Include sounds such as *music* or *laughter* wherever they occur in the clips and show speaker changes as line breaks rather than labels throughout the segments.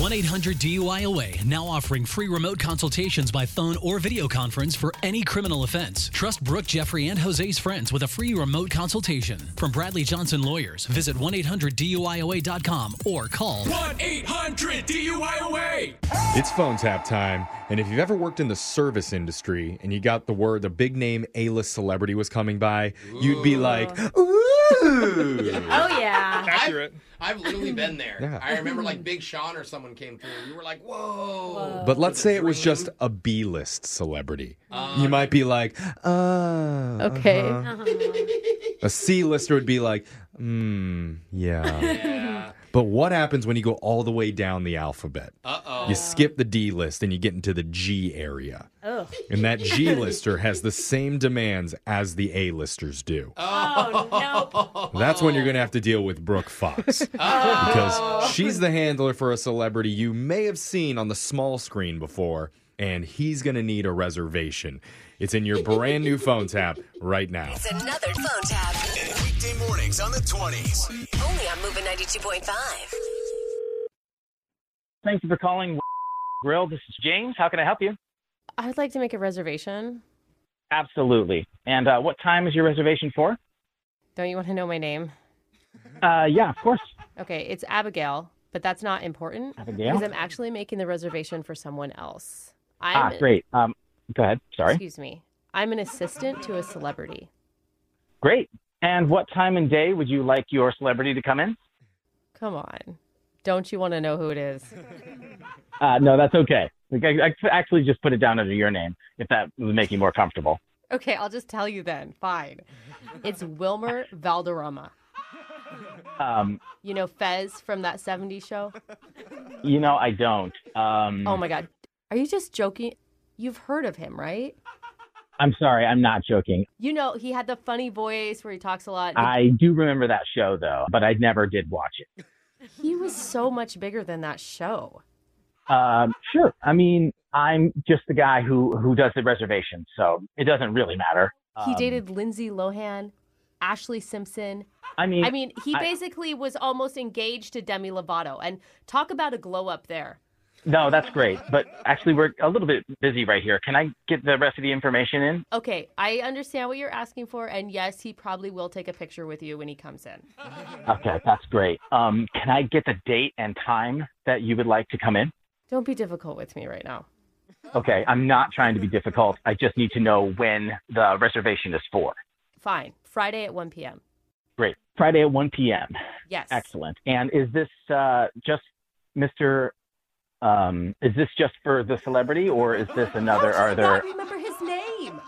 1 800 DUIOA now offering free remote consultations by phone or video conference for any criminal offense. Trust Brooke, Jeffrey, and Jose's friends with a free remote consultation. From Bradley Johnson Lawyers, visit 1 800 DUIOA.com or call
1 800 DUIOA.
It's phone tap time, and if you've ever worked in the service industry and you got the word the big name A list celebrity was coming by, you'd be like, ooh.
Oh
*laughs*
yeah.
Accurate.
I've literally been there.
Yeah.
I remember like Big Sean or someone came through. and We were like, whoa.
But let's say it was
Oh, dream.
just a B list celebrity. you might be like, uh,
Okay.
Uh-huh.
A C lister would be like, hmm,
*laughs*
yeah.
Yeah.
but what happens when you go all the way down the alphabet?
Uh oh.
You skip the D list and you get into the G area.
Oh.
And
*laughs*
that G lister has the same demands as the A listers do.
Oh no.
That's when you're going to have to deal with Brooke Fox. because she's the handler for a celebrity you may have seen on the small screen before, and he's going to need a reservation. It's in your brand new phone tap right now.
It's another phone tap.
Weekday mornings on the 20s.
Only on Moving 92.5.
Thank you for calling Grill. This is James. How can I help you?
I'd like to make a reservation.
Absolutely. And uh, what time is your reservation for?
Don't you want to know my name?
Uh, yeah, of course.
Okay, it's Abigail, but that's not important
Abigail?
because I'm actually making the reservation for someone else.
Ah,
I'm,
great. Um, go ahead. Sorry.
Excuse me. I'm an assistant to a celebrity.
Great. And what time and day would you like your celebrity to come in?
Come on. Don't you want to know who it is?
Uh, no, that's okay. Like, I, I could actually just put it down under your name if that would make you more comfortable.
Okay, I'll just tell you then. Fine. It's Wilmer Valderrama.
Um,
You know Fez from that 70s show?
you know, I don't. Um,
Oh my God. Are you just joking? You've heard of him, right?
I'm sorry. I'm not joking.
You know, he had the funny voice where he talks a lot.
I do remember that show, though, but I never did watch it.
He was so much bigger than that show.
Um, sure. I mean, I'm just the guy who who does the reservation, so it doesn't really matter.
He
Um,
dated Lindsay Lohan, Ashley Simpson.
I mean,
I mean, he
I-
basically was almost engaged to Demi Lovato. And talk about a glow up there.
no, that's great. But actually, we're a little bit busy right here. Can I get the rest of the information in?
Okay, I understand what you're asking for. And yes, he probably will take a picture with you when he comes in.
Okay, that's great. Um, can I get the date and time that you would like to come in?
Don't be difficult with me right now.
Okay, I'm not trying to be difficult. I just need to know when the reservation is for.
Fine. Friday at 1 p.m.
Great. Friday at 1 p.m.
Yes.
Excellent. And is this uh, just Mr. Um, is this just for the celebrity, or is this another?
How
Are
did I
there?
not remember his name?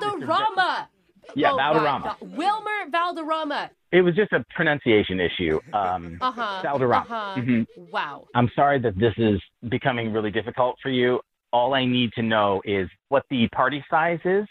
Valderrama.
Yeah,
Oh my
Valderrama.
God. Wilmer Valderrama.
It was just a pronunciation issue. Um,
Uh huh.
Valderrama.
Uh-huh.
Mhm.
Wow.
I'm sorry that this is becoming really difficult for you. All I need to know is what the party size is.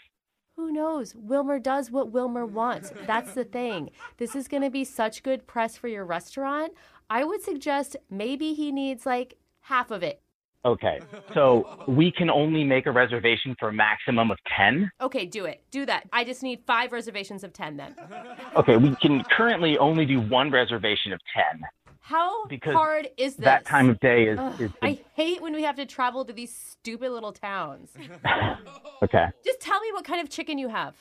Who knows? Wilmer does what Wilmer wants. That's the thing. This is going to be such good press for your restaurant. I would suggest maybe he needs like half of it.
Okay, so we can only make a reservation for a maximum of ten.
Okay, do it. Do that. I just need five reservations of 10 then.
Okay, we can currently only do one reservation of ten.
How
Because
hard is this?
That time of day is
Ugh,
is
I hate when we have to travel to these stupid little towns.
okay.
Just tell me what kind of chicken you have.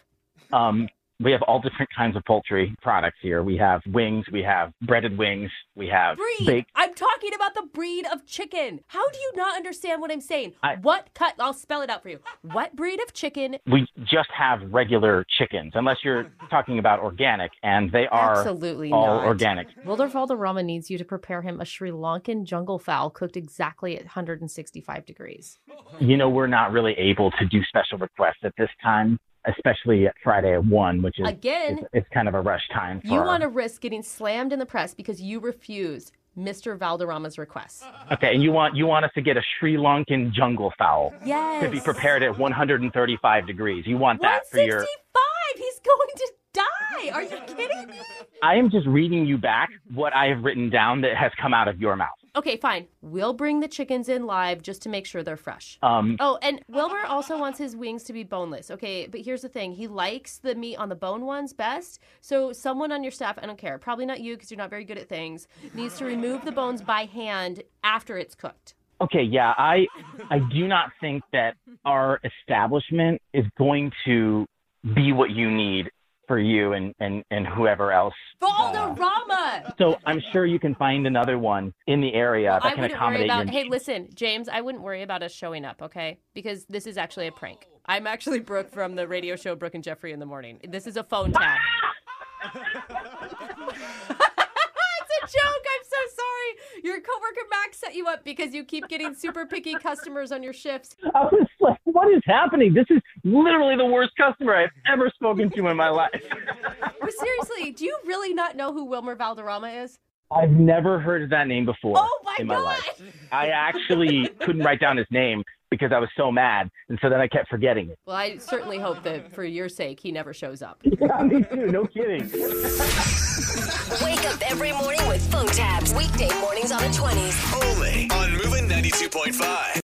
Um, we have all different kinds of poultry products here. We have wings, we have breaded wings, we have
Breed.
baked.
I'm talking about the breed of chicken. How do you not understand what I'm saying?
I-
What cut? I'll spell it out for you. What breed of chicken
We just have regular chickens, unless you're talking about organic, and they are
Absolutely
all
not.
organic.
Wilder Valderrama needs you to prepare him a Sri Lankan jungle fowl cooked exactly at 165 degrees.
You know, we're not really able to do special requests at this time, especially at Friday at one, which is
Again,
it's, it's kind of a rush time. For
you
our-
want to risk getting slammed in the press because you refused Mr. Valderrama's request.
okay, and you want you want us to get a Sri Lankan jungle fowl
Yes.
to be prepared at 135 degrees. You want that for
165.
your?
He's going to die. Are you kidding me?
I am just reading you back what I have written down that has come out of your mouth.
Okay, fine. We'll bring the chickens in live just to make sure they're fresh.
Um,
Oh, and Wilbur also wants his wings to be boneless. Okay, but here's the thing. He likes the meat on the bone ones best. So someone on your staff, I don't care, probably not you because you're not very good at things, needs to remove the bones by hand after it's cooked.
okay, yeah, I I do not think that our establishment is going to be what you need for you and and and whoever else.
Valderrama!
So I'm sure you can find another one in the area that
I
can
wouldn't worry
accommodate
about.
your
Hey, listen, James, I wouldn't worry about us showing up, okay? Because this is actually a prank. I'm actually Brooke from the radio show Brooke and Jeffrey in the Morning. This is a phone tap. *laughs* it's a joke. I'm so sorry. Your coworker Max set you up because you keep getting super picky customers on your shifts.
I was like, what is happening? This is literally the worst customer I've ever spoken to in my life.
But seriously, do you really not know who Wilmer Valderrama is?
I've never heard of that name before
Oh my
in my
God.
life. I actually couldn't write down his name because I was so mad. And so then I kept forgetting it.
Well, I certainly hope that for your sake, he never shows up.
*laughs* Yeah, me too. No kidding.
Wake up every morning with phone tabs. Weekday mornings on the 20s.
Only on Moving 92.5.